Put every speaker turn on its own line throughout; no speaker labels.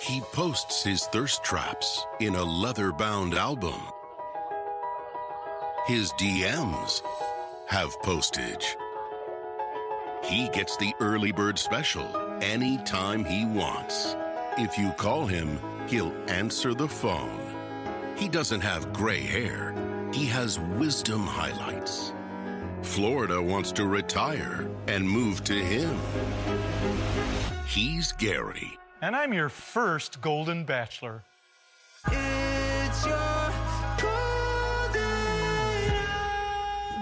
He posts his thirst traps in a leather bound album. His DMs have postage. He gets the early bird special anytime he wants. If you call him, he'll answer the phone. He doesn't have gray hair, he has wisdom highlights. Florida wants to retire and move to him. He's Gary.
And I'm your first Golden Bachelor.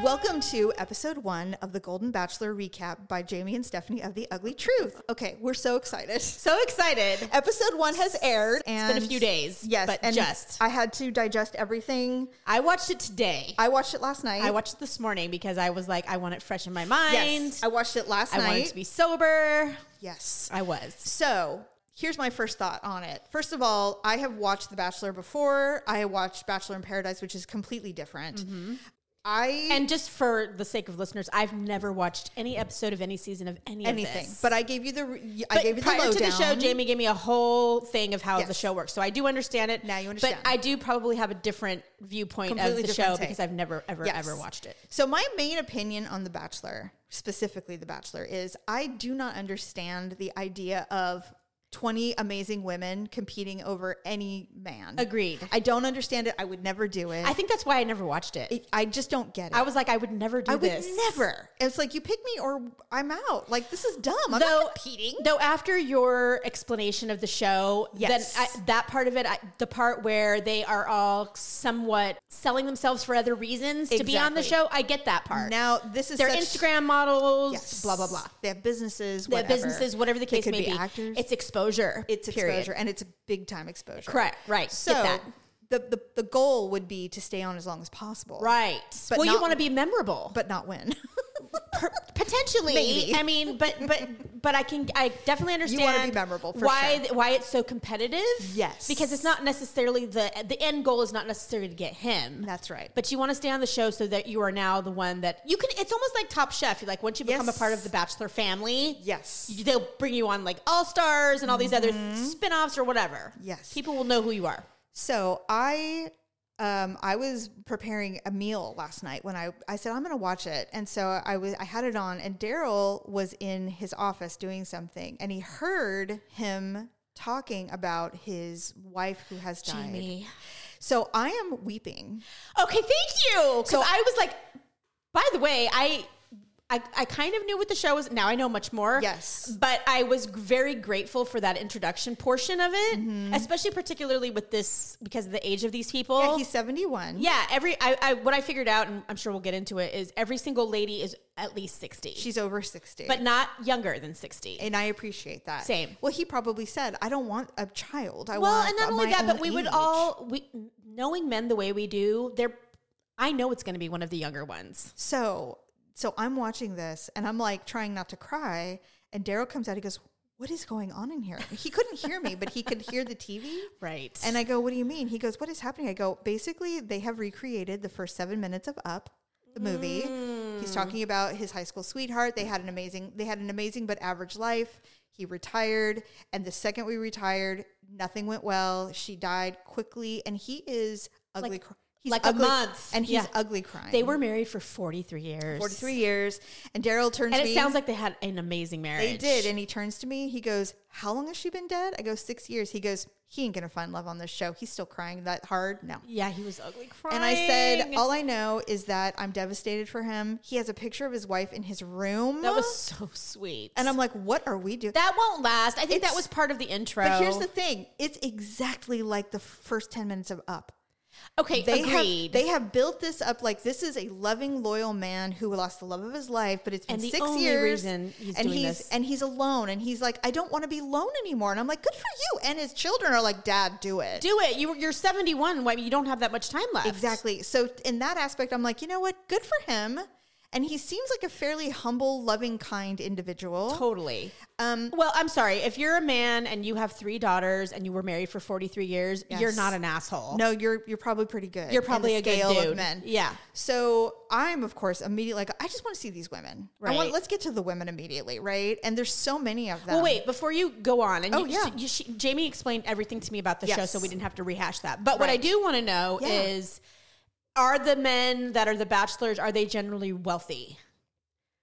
Welcome to episode one of the Golden Bachelor recap by Jamie and Stephanie of The Ugly Truth. Okay, we're so excited.
So excited.
Episode one has aired.
It's been a few days,
Yes,
but
and
just.
I had to digest everything.
I watched it today.
I watched it last night.
I watched it this morning because I was like, I want it fresh in my mind.
Yes, I watched it last
I
night.
wanted to be sober.
yes.
I was.
So here's my first thought on it. First of all, I have watched The Bachelor before. I watched Bachelor in Paradise, which is completely different. I
Mm-hmm. And just for the sake of listeners, I've never watched any episode of any season of any of
anything,
this.
but I gave you the re- I
But
gave you the
prior to the
lowdown.
show, Jamie gave me a whole thing of how the
Yes.
show works, so I do understand it.
Now you understand.
but I do probably have a different viewpoint
Completely
of the
different
show
take.
because I've never, ever,
Yes.
ever watched it.
So my main opinion on The Bachelor, specifically The Bachelor, is I do not understand the idea of 20 amazing women competing over any man.
Agreed.
I don't understand it. I would never do it.
I think that's why I never watched it.
It- I just don't get it.
I was like, I would never do
I would
this.
never. It's like you pick me or I'm out. Like this is dumb. I'm not competing.
Though after your explanation of the show,
Yes.
then I, that part of it, I, the part where they are all somewhat selling themselves for other reasons to be on the
Exactly.
show, I get that part.
Now this is
they're
such-
Instagram models,
Yes, blah blah blah. They have businesses.
Their
whatever.
businesses, whatever the
They
case
could
may be,
Actors.
it's exposure.
it's
period.
exposure and it's a big time exposure.
Correct, right, get
So
that.
The, the the goal would be to stay on as long as possible.
right?
But
well,
not-
you want to be memorable,
But not win.
potentially.
Maybe.
I mean, but but but I can I definitely understand
wanna be memorable, for
why
sure.
th- why it's so competitive.
Yes.
because it's not necessarily the the end goal is not necessarily to get him.
That's right.
But you want to stay on the show so that you are now the one that you can. It's almost like Top Chef. You like once you become
Yes.
a part of the Bachelor family.
Yes.
you- They'll bring you on like All Stars and all these other spin offs or whatever.
Mm-hmm. Yes.
People will know who you are.
So I um I was preparing a meal last night when I I said I'm going to watch it. And so I was I had it on and Daryl was in his office doing something and he heard him talking about his wife who has died.
Jamie.
So I am weeping.
Okay, thank you. Because I was like, by the way, I, I I kind of knew what the show was. Now I know much more.
Yes.
but I was very grateful for that introduction portion of it, especially particularly with this because of the age of these people.
Mm-hmm. Yeah, he's 71.
Oh. Yeah, every I, I what I figured out, and I'm sure we'll get into it, is every single lady is at least sixty,
She's over 60.
but not younger than sixty.
and I appreciate that.
Same.
Well, he probably said, "I don't want a child. I
well,
want
and not
my
only that, but
own
we would
age."
all we knowing men the way we do, they're. I know it's going to be one of the younger ones.
So, so I'm watching this, and I'm like trying not to cry. And Daryl comes out. He goes, "What is going on in here?" He couldn't hear me, but he could hear the TV.
Right.
And I go, "What do you mean?" He goes, "What is happening?" I go, "Basically, they have recreated the first seven minutes of Up, the movie. He's
Mm.
talking about his high school sweetheart. They had an amazing, they had an amazing but average life. He retired, and the second we retired, nothing went well. She died quickly, and he is ugly.
Like-
cr- he's
like a
ugly-
month.
and he's
Yeah.
ugly crying.
They were married for 43 years.
43 years. And Daryl turns
And
to
it
me.
sounds like they had an amazing marriage.
they did. And he turns to me. He goes, How long has she been dead? I go, Six years. He goes, He ain't going to find love on this show. He's still crying that hard. No.
yeah, he was ugly crying.
And I said, All I know is that I'm devastated for him. He has a picture of his wife in his room.
that was so sweet.
And I'm like, What are we doing?
that won't last. I think
It's-
that was part of the intro.
but here's the thing it's exactly like the first 10 minutes of Up.
okay,
They
agreed.
have, they have built this up like this is a loving, loyal man who lost the love of his life, but it's been
And the
six
only
years,
reason he's
and
doing
he's
this-
and he's alone, and he's like, I don't want to be alone anymore, and I'm like, good for you. And his children are like, Dad, do it,
Do it. You, you're 71. Why you don't have that much time left?
exactly. So in that aspect, I'm like, you know what, good for him. and he seems like a fairly humble, loving, kind individual.
Totally. Um, well, I'm sorry. If you're a man and you have three daughters and you were married for 43 years, you're
Yes.
not an asshole.
No, you're you're probably pretty good.
You're
in the
probably a good
scale
dude.
of men.
Yeah.
So I'm of course immediately like I just want to see these women. I
Right.
want let's get to the women immediately, right? And there's so many of them.
Well, wait, before you go on, and
Um, Oh,
you,
yeah.
you- she- Jamie explained everything to me about the show,
Yes.
so we didn't have to rehash that. But what I
Right.
do want to know
Yeah.
is are the men that are the bachelors, are they generally wealthy?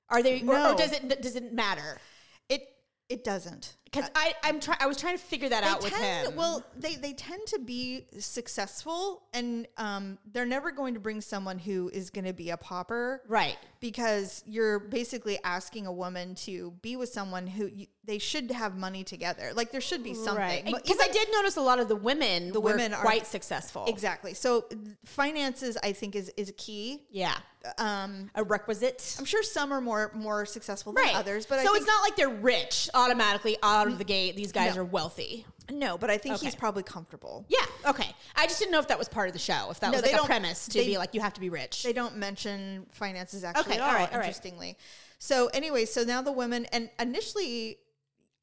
Are they, or- or,
No.
does it, does it matter?
It it doesn't.
Because I, I'm try, I was trying to figure that out with
tend,
him.
Well, they they tend to be successful, and um, they're never going to bring someone who is going to be a pauper,
right.
Because you're basically asking a woman to be with someone who you, they should have money together. Like there should be something. But
Because I
even-
did notice a lot of the women the were
women are-
quite successful.
exactly. So th- finances, I think, is is key.
Yeah.
Um,
A requisite.
I'm sure some are more more successful than others, but I
so
think Mm,
it's not like they're rich automatically out of the gate. These guys
No.
are wealthy.
no. But I think
Okay.
he's probably comfortable.
Yeah. Okay. I just didn't know if that was part of the show. If that
No,
was
they
like a
don't-
premise to
they-
be like you have to be rich.
They don't mention finances actually
Okay,
at
all
all,
right, all right.
interestingly. So anyway, so now the women and initially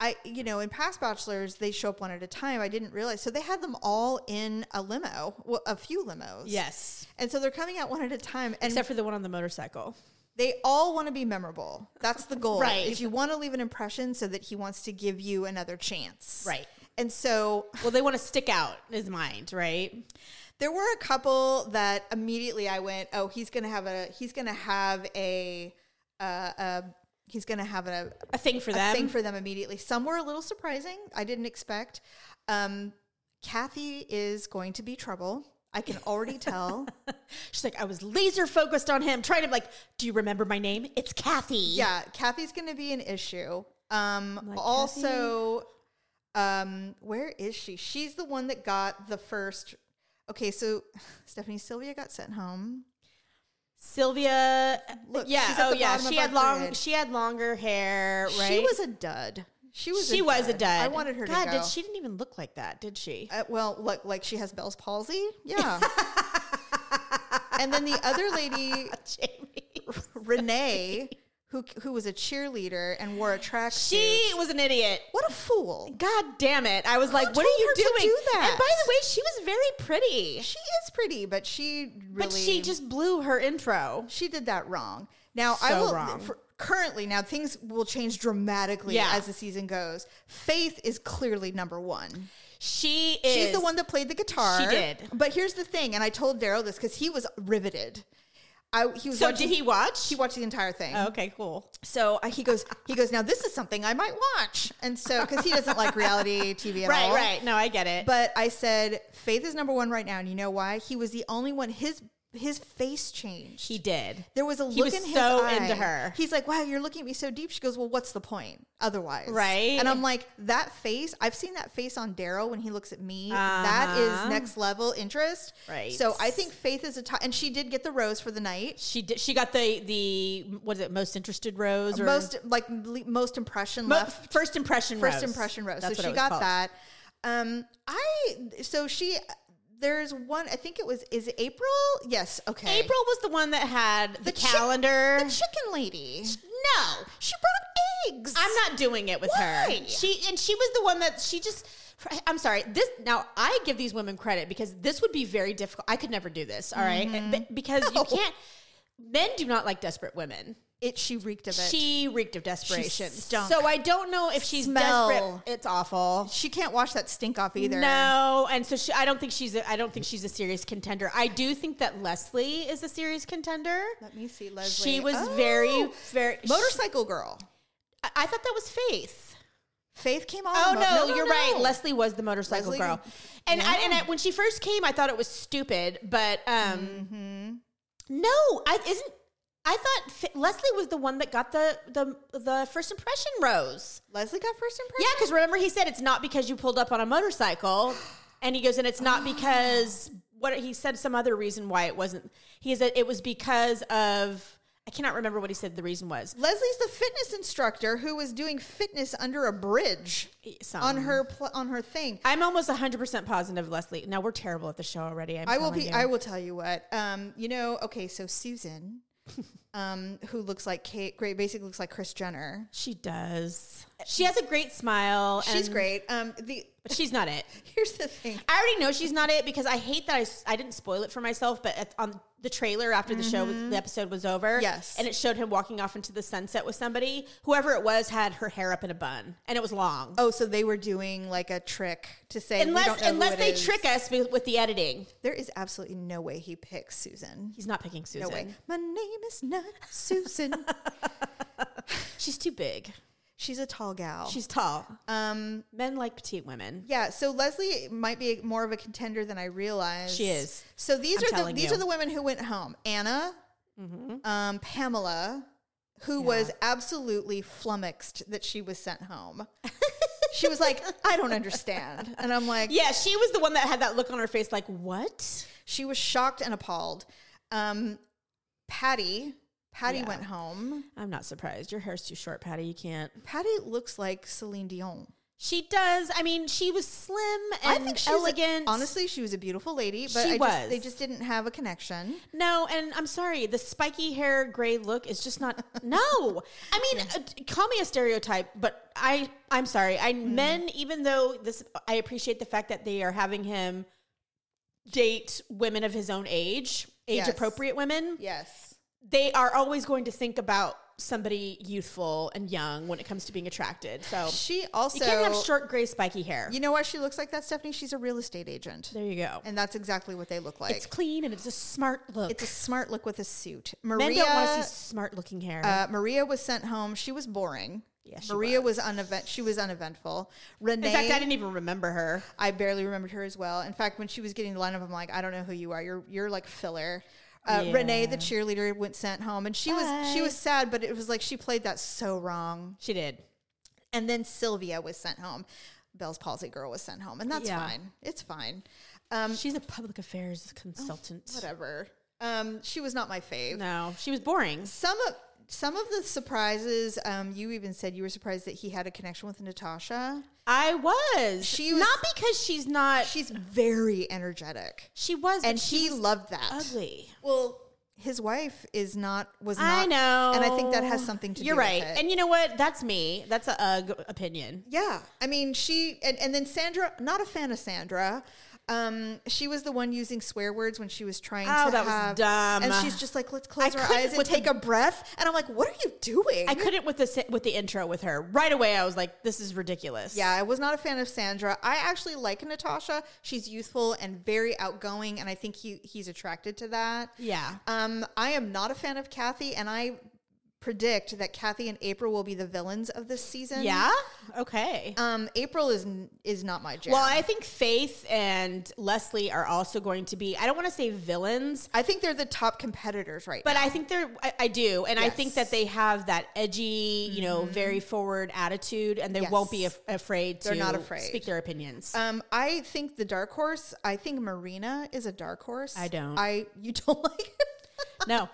I you know, in past bachelors they show up one at a time. I didn't realize. So they had them all in a limo, well, a few limos.
yes.
And so they're coming out one at a time and
Except for the one on the motorcycle.
they all want to be memorable. That's the goal.
Right.
Is you want to leave an impression so that he wants to give you another chance.
Right.
And so
Well, they want to stick out in his mind, right?
There were a couple that immediately I went, oh, he's gonna have a he's gonna have a uh, uh he's gonna have a,
A thing for
a
them.
thing for them immediately. Some were a little surprising. I didn't expect. Um, Kathy is going to be trouble. I can already tell.
She's like, I was laser focused on him, trying to like, do you remember my name? It's Kathy.
Yeah, Kathy's going to be an issue. Um,
Like
also, um, where is she? She's the one that got the first. Okay, so Stephanie Sylvia got sent home.
Sylvia.
Look,
yeah.
she's at
oh
the
yeah.
bottom of
She
our
had long.
grid.
She had longer hair. Right.
She was a dud. She was.
She was a dud.
I wanted her
God,
to go.
did she didn't even look like that, did she?
Uh, well, like like she has Bell's palsy. Yeah. and then the other lady,
Jamie.
Renee, who who was a cheerleader and wore a tracksuit.
She was an idiot.
what a fool.
God damn it. I was like,
Who
what are
told
you
her to
doing?
do that?
And by the way, she was very pretty.
She is pretty, but she really
But she just blew her intro.
she did that wrong. Now I
So
will
wrong.
For, currently now things will change dramatically
Yeah.
as the season goes. Faith is clearly number one.
She is
She's the one that played the guitar.
She did.
But here's the thing, and I told Daryl this because he was riveted. I he was
So
watching,
did he watch?
He watched the entire thing.
Oh, okay, cool.
So uh, he goes. He goes. Now this is something I might watch. And so because he doesn't like reality TV at
Right,
all.
right. No, I get it.
But I said Faith is number one right now, and you know why? He was the only one. His his face changed.
he did.
There was a
He
look
was
in his
so
eye.
into her.
He's like, "Wow, you're looking at me so deep." She goes, "Well, what's the point otherwise?"
Right.
And I'm like, "That face. I've seen that face on Daryl when he looks at me. That is next level interest."
Uh-huh. Right.
So I think Faith is a top, and she did get the rose for the night.
She did she got the the what is it, most interested rose or
Most like le- most impression
Mo-
left.
first impression
First
rose.
impression rose.
That's
so
what it
she
was
got
called.
that. Um, I so she there's one. I think it was is it April. Yes. Okay.
April was the one that had the,
chick-
calendar.
the chicken lady.
no.
She brought eggs.
I'm not doing it with
Why?
her. She and she was the one that she just. I'm sorry. This now I give these women credit because this would be very difficult. I could never do this. All right,
Mm-hmm.
Be- because you can't. Men do not like desperate women.
it. She reeked of it.
She reeked of desperation.
stunk.
So I don't know if she's
Smell.
desperate. It's awful.
She can't wash that stink off either.
No, and so she, I don't think she's. A, I don't think she's a serious contender. I do think that Leslie is a serious contender.
Let me see, Leslie.
She was
Oh.
very, very.
Motorcycle girl.
I, I thought that was Faith.
Faith came on.
Oh
the mo-
no, you're right.
no.
Leslie was the motorcycle
Leslie-
girl, and I,
Yeah.
and I, when she first came, I thought it was stupid, but um,
Mm-hmm.
no, I isn't. I thought F- Leslie was the one that got the the the first impression rose.
Leslie got first
Yeah,
impression.
because remember he said it's not because you pulled up on a motorcycle, and he goes, and it's not because what he said some other reason why it wasn't. He said it was because of I cannot remember what he said the reason was.
Leslie's the fitness instructor who was doing fitness under a bridge
Some-
on her pl- on her thing.
I'm almost 100% positive, Leslie. Now we're terrible at the show already. I'm
I will
telling
be.
you.
I will tell you what. Um, you know. Okay, so Susan. um, who looks like Kate, great, basically looks like Chris Jenner.
She does. She has a great smile.
She's
and-
great. Um, the
But she's not it.
here's the thing.
I already know she's not it because I hate that I, s- I didn't spoil it for myself, but at, on the trailer after the show, was, the episode was over.
Mm-hmm. Yes.
And it showed him walking off into the sunset with somebody. Whoever it was had her hair up in a bun and it was long.
Oh, so they were doing like a trick to say we don't
unless
know who
unless
it
they
is.
trick us with, with the editing.
There is absolutely no way he picks Susan.
He's not picking Susan.
No way. My name is not Susan.
She's too big.
She's a tall gal.
She's tall. Um, Men like petite women.
Yeah, so Leslie might be more of a contender than I realized.
She is.
So these
I'm
are the
telling
these
you. Mm-hmm.
are the women who went home. Anna, um, Pamela, who was absolutely flummoxed that she was sent home. she was like, "I don't understand," and I'm like,
Yeah, she was the one that had that look on her face like, what?
she was shocked and appalled. Um, Patty, Patty went home.
I'm not surprised. Your hair's too short, Patty. You can't.
Patty looks like Celine Dion.
She does. I mean, she was slim and
I think she's
elegant.
honestly, she was a beautiful lady, but
She
I
was.
Just, they just didn't have a connection.
No, and I'm sorry, the spiky hair gray look is just not. no, I mean, uh, t- call me a stereotype, but I I'm sorry. I
Mm-hmm.
men, even though this, I appreciate the fact that they are having him date women of his own age, age
Yes.
appropriate women.
Yes.
They are always going to think about somebody youthful and young when it comes to being attracted. So
She also
you can't have short gray spiky hair.
You know why she looks like that, Stephanie? She's a real estate agent.
there you go.
And that's exactly what they look like.
it's
It's,
clean and it's a smart look.
a smart look with a suit.
Men
Maria
don't want to see smart looking hair.
uh, Maria was sent home. She was boring.
Yeah, she
Maria was, unevent she was uneventful. Renee
in fact, I didn't even remember her.
I barely remembered her as well. In fact, when she was getting the lineup, I'm like, I don't know who you are. You're you're like filler. Uh, Renee, the cheerleader, went sent home, and she was she was sad, but it was like she played that so wrong.
She did.
And then Sylvia was sent home. Bell's palsy girl was sent home, and that's
Yeah.
fine. It's fine. Um, Oh,
She's a public affairs consultant.
whatever. Um, she was not my fave.
no, she was boring.
Some of some of the surprises. Um, you even said you were surprised that he had a connection with Natasha.
I was.
She was-
not because she's not. She,
She's very energetic,
was, but
and
she
he
was
loved that.
ugly.
Well, his wife is not was not.
I know,
and I think that has something to
You're
do.
right,
with it.
and you know what? That's me. That's a ugh opinion.
yeah, I mean, she and, and then Sandra, not a fan of Sandra. Um, she was the one using swear words when she was trying
Oh,
to
that was
have-
dumb.
And she's just like, let's close
I
our
couldn't
eyes and
with
take
the-
a breath. And I'm like, what are you doing?
I couldn't with the si- with the intro with her right away. I was like, this is ridiculous.
Yeah, I was not a fan of Sandra. I actually like Natasha. She's youthful and very outgoing, and I think he he's attracted to that.
Yeah.
Um, I am not a fan of Kathy, and I predict that Kathy and April will be the villains of this season.
yeah. Okay.
Um, April is n- is not my jam.
well, I think Faith and Leslie are also going to be. I don't want to say villains,
I think they're the top competitors right
But
now.
I think they're, I, I do. And I think
Yes. Mm-hmm.
that they have that edgy, you know, very forward attitude and they won't be
Yes.
af- afraid to
They're not afraid.
speak their opinions.
um, I think the dark horse. I think Marina is a dark horse.
I don't.
I you don't like her,
no,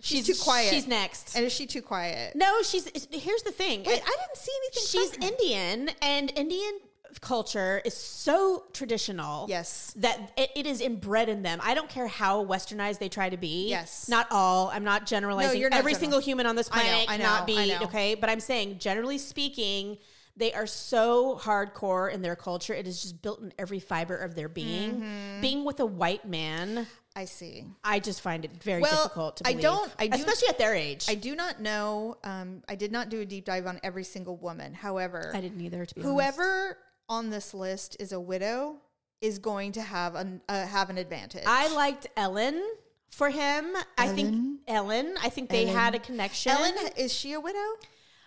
She's too quiet.
She's next.
and is she too quiet?
no, she's, is- here's the thing.
Wait, I didn't see anything.
she's
from her.
Indian and Indian culture is so traditional.
Yes.
That it, it is inbred in them. I don't care how westernized they try to be.
Yes.
Not all. I'm not generalizing
you're not
every
general-
single human on this
I know,
planet
I know,
cannot be
I know.
okay. But I'm saying generally speaking, they are so hardcore in their culture. It is just built in every fiber of their being.
Mm-hmm.
Being with a white man,
I see.
I just find it very
Well,
difficult to
I
believe.
don't- I do-
especially at their age.
I do not know. Um, I did not do a deep dive on every single woman. However,
I didn't either. To be honest.
whoever on this list is a widow is going to have an uh, have an advantage.
I liked Ellen for him. I think Ellen. I think they had a connection.
Ellen is she a widow?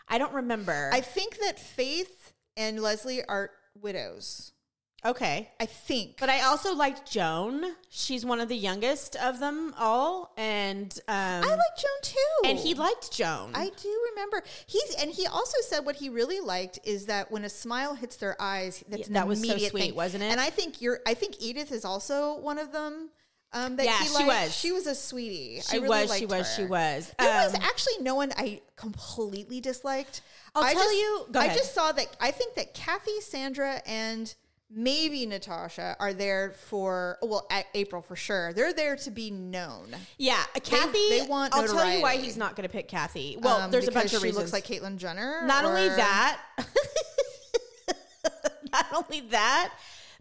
I don't remember.
I think that Faith and Leslie are widows.
okay,
I think,
but I also liked Joan. She's one of the youngest of them all, and um,
I like Joan too.
and he liked Joan.
I do remember he's and he also said what he really liked is that when a smile hits their eyes, that's
Yeah,
an
that was so
immediate
sweet,
thing.
wasn't it?
And I think you're. I think Edith is also one of them. Um, that
Yeah,
he
she
liked.
was.
She was a sweetie. I
she
really
was.
liked
She was. She
her.
was.
There was
Um,
actually no one I completely disliked.
I'll
I
tell
just-
you- go
I
ahead.
just saw that. I think that Kathy, Sandra, and maybe Natasha are there for well A- April for sure. They're there to be known.
Yeah, Kathy.
they want
I'll tell you why
notoriety.
he's not going to pick Kathy. Well,
um,
there's a
because
bunch of
she
reasons.
looks like Caitlyn Jenner.
not only
or-
that, not only that,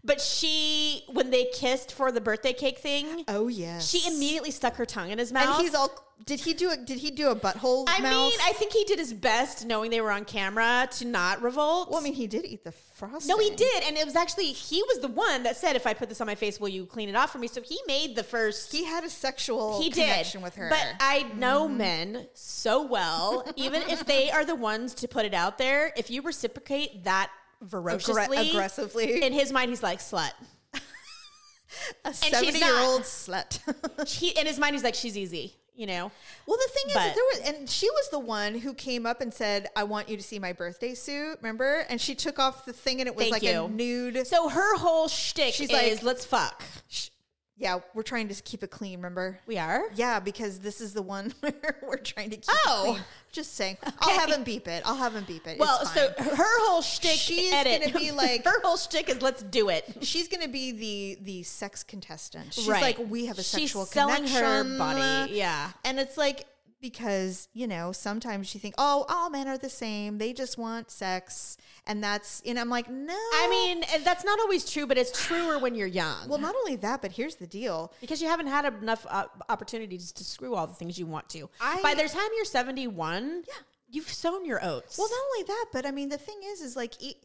but she when they kissed for the birthday cake thing,
Oh yes.
she immediately stuck her tongue in his mouth.
and he's all. Did he do a Did he do a butthole?
I
mouth?
mean, I think he did his best, knowing they were on camera, to not revolt.
well, I mean, he did eat the frosting.
no, he did, and it was actually he was the one that said, "If I put this on my face, will you clean it off for me?" So he made the first.
He uh, had a sexual
he
connection
did
with her. Mm-hmm.
But I know men so well, even if they are the ones to put it out there, if you reciprocate that ferociously,
aggressively.
in his mind, he's like slut.
a
she's not.
seventy-year-old slut.
He, in his mind, he's like she's easy, you know.
well, the thing is, that
But-
there was, and she was the one who came up and said, "I want you to see my birthday suit." Remember? And she took off the thing, and it was like
Thank
a
you.
nude.
So her whole shtick
She's
she's
like-
is let's fuck.
yeah, we're trying to keep it clean. Remember?
We are.
Yeah, because this is the one where we're trying to keep. it
Oh.
clean. just saying. I'll have him beep it. I'll have him beep it. It's
Well, so
fine.
her whole shtick
She's
edit
gonna be like-
her whole shtick is let's do it.
she's going to be the the sex contestant. She's
Right.
like, we have a
She's
sexual
selling her
connection.
body, yeah.
and it's like because you know sometimes you think, oh, all men are the same. They just want sex, and that's and I'm like, no.
I mean, and that's not always true, but it's truer when you're young.
well, not only that, but here's the deal.
because you haven't had enough uh, opportunities to screw all the things you want to.
I-
By the time you're 71, yeah, you've sown your oats.
Well, not only that, but I mean, the thing is, is like, e-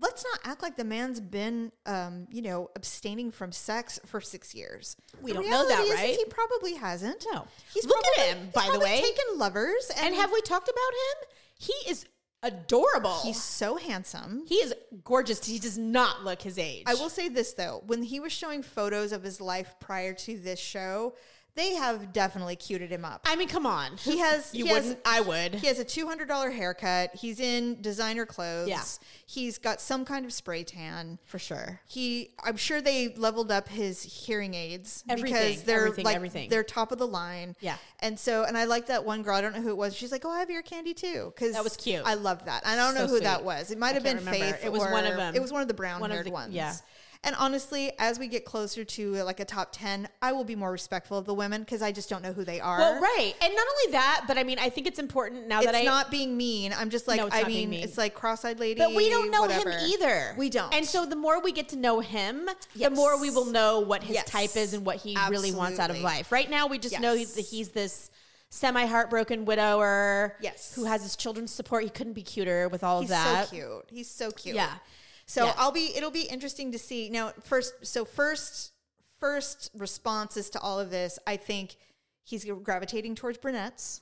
let's not act like the man's been, um, you know, abstaining from sex for six years.
We
The
don't know that,
reality is, is
right?
he probably hasn't.
No.
he's
Look at
probably-
him,
he's
by the
probably
way.
taken lovers, and,
and have we talked about him? He is adorable.
he's so handsome.
he is gorgeous. He does not look his age.
I will say this though, when he was showing photos of his life prior to this show, they have definitely cuted him up.
I mean, come on.
He has-
You
he has-
wouldn't. I would.
He has a two hundred dollar haircut. He's in designer clothes.
Yeah.
He's got some kind of spray tan.
for sure.
he i'm sure they leveled up his hearing aids because
Everything,
they're
everything,
like
everything.
they're top of the line
Yeah.
and so and i like that one girl i don't know who it was she's like oh i have your candy too because
That was cute.
i love that i don't know
So
who that
sweet.
was it might
I
have been
can't remember.
faith
It was one
or-
of 'em.
it was one of the brown
One of
haired
the-
ones
yeah.
and honestly as we get closer to uh, like a top 10 i will be more respectful of the women because i just don't know who they are
Well, right. And not only that, but I mean, I think it's important now
it's
that I.
not being mean i'm just like
No, it's
i
not being
mean
mean.
it's like cross-eyed lady
but we don't know
whatever.
him either.
we don't
And so the more we get to know him,
Yes.
the more we will know what his
Yes.
type is and what he really wants out of
Absolutely.
life. Right now, we just know
Yes.
that he's this semi heartbroken widower.
Yes.
Who has his children's support. He couldn't be cuter with all
He's
of that.
so cute. He's so cute.
Yeah.
So
Yeah.
I'll be. It'll be interesting to see. Now, first, so first, first responses to all of this. I think he's gravitating towards brunettes.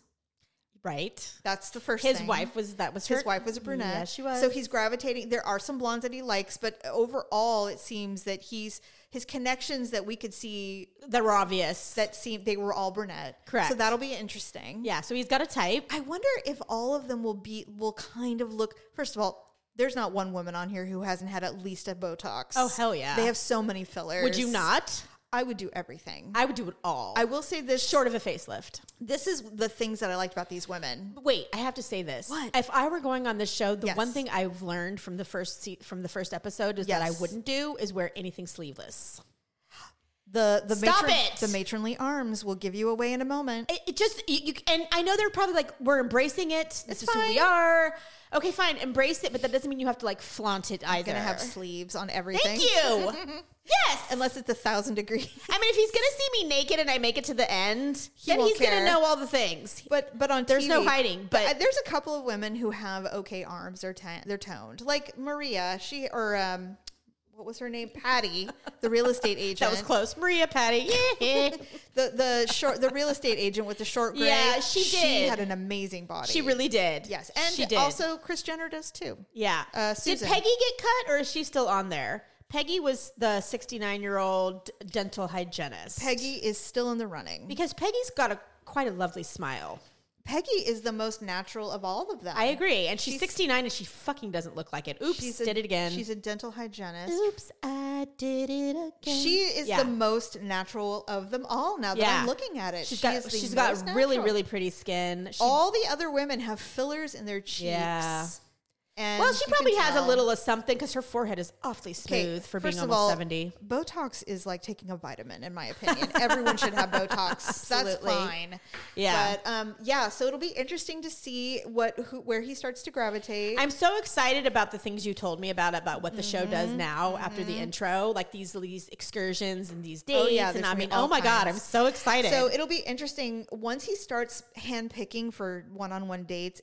Right.
That's the first.
His
thing.
wife was that was her.
His wife was a brunette.
Yeah, she was.
So he's gravitating. There are some blondes that he likes, but overall, it seems that he's his connections that we could see
that were obvious.
that seem they were all brunette. So
Correct.
that'll be interesting.
yeah. So he's got a type.
I wonder if all of them will be will kind of look. First of all, there's not one woman on here who hasn't had at least a Botox.
Oh, hell yeah.
They have so many fillers.
Would you not?
I would do everything. I,
I would do it all.
will say this
short of a facelift.
This is the things that I liked about these women.
Wait, I have to say this.
What?
If I were going on this show, the
Yes.
one thing I've learned from the first se- from the first episode is that I
Yes.
wouldn't do is wear anything sleeveless.
The the
Stop
matron-
it!
the matronly arms will give you away in a moment.
It, it just you, you and I know they're probably like we're embracing it. This is who we
fine.
are. Okay, fine, embrace it, but that doesn't mean you have to like flaunt it either.
Going to have sleeves on everything.
Thank you. yes.
Unless it's a thousand degrees.
I mean, if he's gonna see me naked and I make it to the end, then
won't
he's
care.
gonna know all the things.
But but on
There's no
TV
hiding,
uh,
but
there's a couple of women who have okay arms. They're ton- they're toned. Like Maria, she or um, what was her name? Patty, the real estate agent.
that was close. Maria, Patty, yeah.
The the short the real estate agent with the short gray.
Yeah, she
She
did.
had an amazing body.
she really did.
yes, and
she did.
also Chris Jenner does too.
Yeah.
Uh,
Did
Susan.
Peggy get cut or is she still on there? Peggy was the 69 year old dental hygienist.
Peggy is still in the running.
Because Peggy's got a quite a lovely smile.
Peggy is the most natural of all of them.
I agree. And she's,
She's-
69 and she fucking doesn't look like it. Oops,
She's a-
did it again.
She's a dental hygienist.
Oops, I did it again.
She is
Yeah.
the most natural of them all. Now that I'm looking at it,
She's
she
got
is the
she's got
most
really
natural.
really pretty skin. She,
all the other women have fillers in their cheeks.
Yeah.
And
Well, she
you can
probably has a
tell-
little of something because her forehead is awfully
Okay,
smooth for being
first of
almost
all,
70.
Botox is like taking a vitamin, in my opinion. Everyone should have Botox. That's
Absolutely.
fine.
Yeah.
But um, yeah, so it'll be interesting to see what who, where he starts to gravitate.
I'm so excited about the things you told me about about what the show does
Mm-hmm.
now after the intro, like these these excursions and these dates.
Oh, yeah,
and
there's
I
gonna be
mean,
all
oh my god,
kinds.
I'm so excited.
So it'll be interesting once he starts handpicking for one-on-one dates.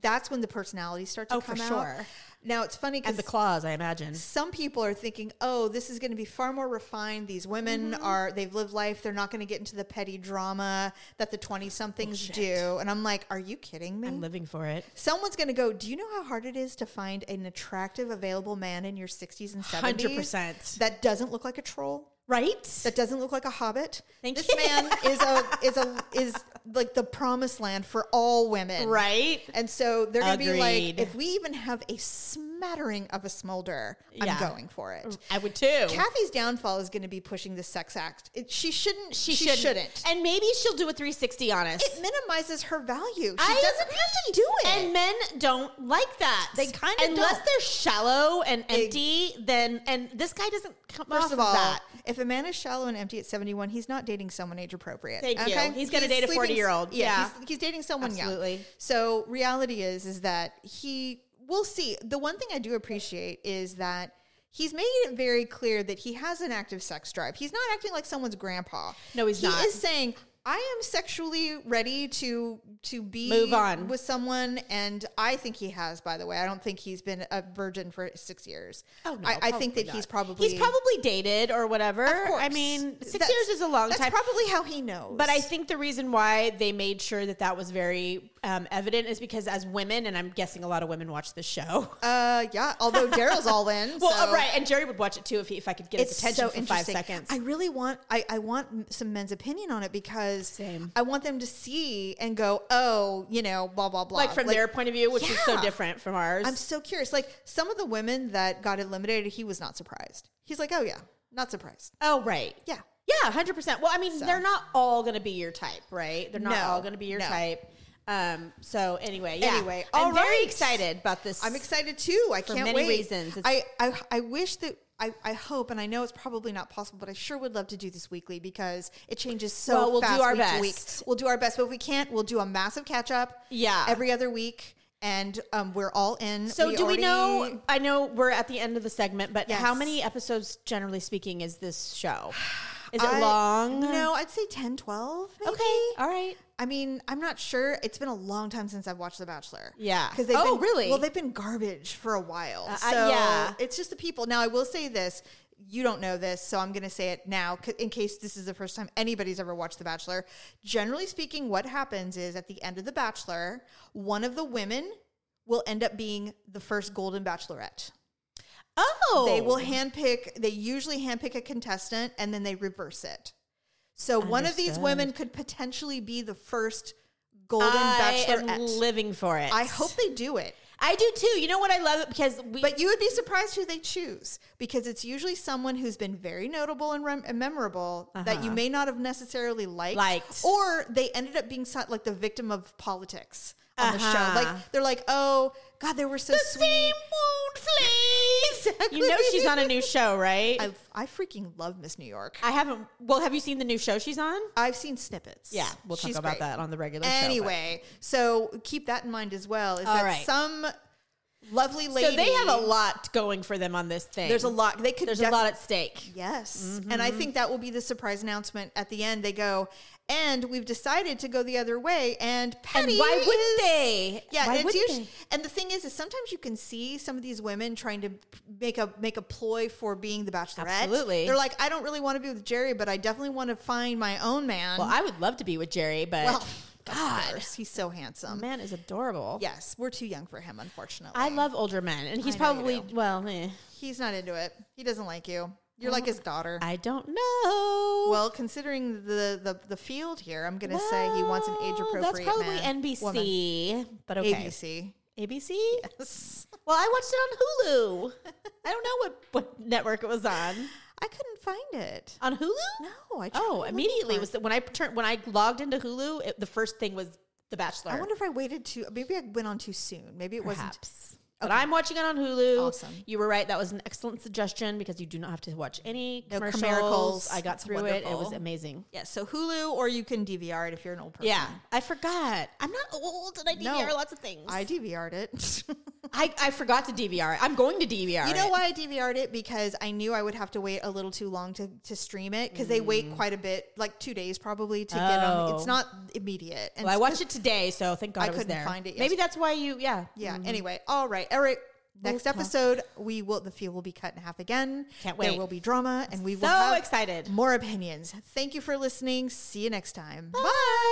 That's when the personalities start to
Oh, for
come out.
sure.
Now it's funny
and
because
the claws, I imagine.
some people are thinking, "Oh, this is going to be far more refined. These women
Mm-hmm.
are they've lived life. They're not going to get into the petty drama that the 20-somethings do." And I'm like, "Are you kidding me?"
I'm living for it.
Someone's going to go, "Do you know how hard it is to find an attractive available man in your 60s and 70s
100%.
that doesn't look like a troll?"
Right?
that doesn't look like a hobbit.
Thank
this
you.
man is a is a is like the promised land for all women.
right?
And so they're gonna be like,
Agreed.
if we even have a smattering of a smolder,
Yeah.
I'm going for it.
I would too.
Kathy's downfall is gonna be pushing the sex act. It, she shouldn't
she
she,
shouldn't.
shouldn't.
And maybe she'll do a 360 on us.
It minimizes her value. She
I
doesn't have to do it.
And men don't like that.
They kinda
unless
don't.
they're shallow and empty. then and this guy doesn't come off
First of all,
that.
if a man is shallow and empty at 71, he's not dating someone age appropriate.
Thank you. He's gonna date a
sleeping-
40-year-old. Yeah.
He's, he's dating someone young.
Absolutely.
So reality is, is that he, we'll see. The one thing I do appreciate is that he's made it very clear that he has an active sex drive. He's not acting like someone's grandpa.
No, he's
he
not.
is saying, I am sexually ready to to be
Move on.
with someone, and I think he has. By the way, I don't think he's been a virgin for six years.
Oh no!
I, I think
probably
that he's
not.
probably
he's probably dated or whatever.
Of course.
I mean, six
That's-
years is a long
that's
time.
probably how he knows.
but I think the reason why they made sure that that was very um, evident is because as women, and I'm guessing a lot of women watch this show.
uh, yeah. Although Daryl's all in.
well,
so
uh, right, and Jerry would watch it too if he, if I could get his
It's
attention
so
for five
interesting.
seconds.
I really want I, I want some men's opinion on it because
Same.
I want them to see and go, oh, you know, blah blah blah.
like from their point of view, which is so
Yeah.
different from ours.
I'm so curious. Like some of the women that got eliminated, he was not surprised. He's like, oh yeah, not surprised.
oh, right.
Yeah.
Yeah, hundred percent. Well, I mean, they're not all going to be your type, right? They're not
No,
all going to be your
no.
type. Um. So anyway, yeah.
Anyway, all
I'm very
right.
excited about this.
I'm excited too. I
For
can't
many
wait.
reasons. It's-
I, I I wish that I, I hope and I know it's probably not possible, but I sure would love to do this weekly because it changes so
Well, we'll do
fast
our
week to week.
best.
We'll do our best, but if we can't, we'll do a massive catch up.
Yeah.
every other week, and um, we're all in.
So do we know?
already-
I know we're at the end of the segment, but how
Yes.
many episodes, generally speaking, is this show? Is it
I-
long?
No, I'd say 10, 12, maybe.
Okay. All right.
I mean, I'm not sure. It's been a long time since I've watched The Bachelor.
Yeah.
Because they've
Oh,
been,
really?
Well, they've been garbage for a while.
I-
so
yeah.
it's just the people. Now I will say this. You don't know this, so I'm going to say it now 'ca- in case this is the first time anybody's ever watched The Bachelor. Generally speaking, what happens is at the end of The Bachelor, one of the women will end up being the first Golden Bachelorette.
Oh,
They will handpick, they usually handpick a contestant and then they reverse it. So one of these
Understood.
women could potentially be the first golden
I am
bachelorette.
living for it.
I hope they do it.
I do too. You know what? I love it because we.
But you would be surprised who they choose because it's usually someone who's been very notable and, rem- and memorable that you may not have necessarily liked,
Uh-huh. Liked.
or they ended up being so- like the victim of politics on the
Uh-huh.
show. Like they're like, oh God, they were so sweet.
same wound flames.
Exactly.
You know she's on a new show, right?
I,
I,
I freaking love Miss New York.
haven't. Well, have you seen the new show she's on?
I've seen snippets.
Yeah, we'll talk
She's
about
great.
that on the regular show. but-
Anyway, so keep that in mind as well. Is
All
that
right.
some lovely lady?
so they have a lot going for them on this thing.
There's a lot. They could.
There's a lot
defi-
at Mm-hmm. stake.
Yes, and I think that will be the surprise announcement at the end. They go, and we've decided to go the other way. And Patty,
and why would
is-
they?
Yeah, and
why
it's
would
usually, and the thing is, is sometimes you can see some of these women trying to p- make a make a ploy for being the bachelorette.
Absolutely.
they're like, I don't really want to be with Jerry, but I definitely want to find my own man.
Well, I would love to be with Jerry, but
Well,
God,
God, he's so handsome.
man is adorable.
Yes, we're too young for him, unfortunately.
I love older men, and he's
I know you
probably
do.
well. eh,
He's not into it. He doesn't like you. You're like his daughter.
I don't know.
well, considering the, the the field here, I'm gonna say he wants an age appropriate.
Oh, That's probably
man,
NBC,
woman.
but okay,
ABC.
ABC. Well, I watched it on Hulu. I don't know what, what network it was on.
I couldn't find it.
On Hulu?
No, I tried
Oh,
looking
immediately
for
was the, when I turned when I logged into Hulu. It, the first thing was The Bachelor.
I wonder if I waited too. Maybe I went on too soon. Maybe it wasn't.
Perhaps. But I'm watching it on Hulu.
Awesome.
You were right. That was an excellent suggestion because you do not have to watch any
No
commercials.
commercials.
I got
It's
through it. It
wonderful.
was amazing.
Yeah, so Hulu or you can DVR it if you're an old person.
Yeah, I forgot. I'm not old, and I
No.
DVR lots of things.
I DVR'd it.
I, I forgot to DVR. it. I'm going to DVR.
you know
it.
why I DVR'd it? Because I knew I would have to wait a little too long to, to stream it because they wait quite a bit, like two days probably to get on. It's
Mm. Oh.
not immediate. And
Well, I
so-
watched it today, so thank God
I
it was
couldn't
there.
find it
Maybe
yesterday.
that's why you. Yeah.
Yeah. Anyway, all right, Eric. Next
Mm. talk.
episode, we will the few will be cut in half again.
Can't
There
wait.
will be drama, and we
so
will have
excited.
more opinions. Thank you for listening. See you next time. Bye.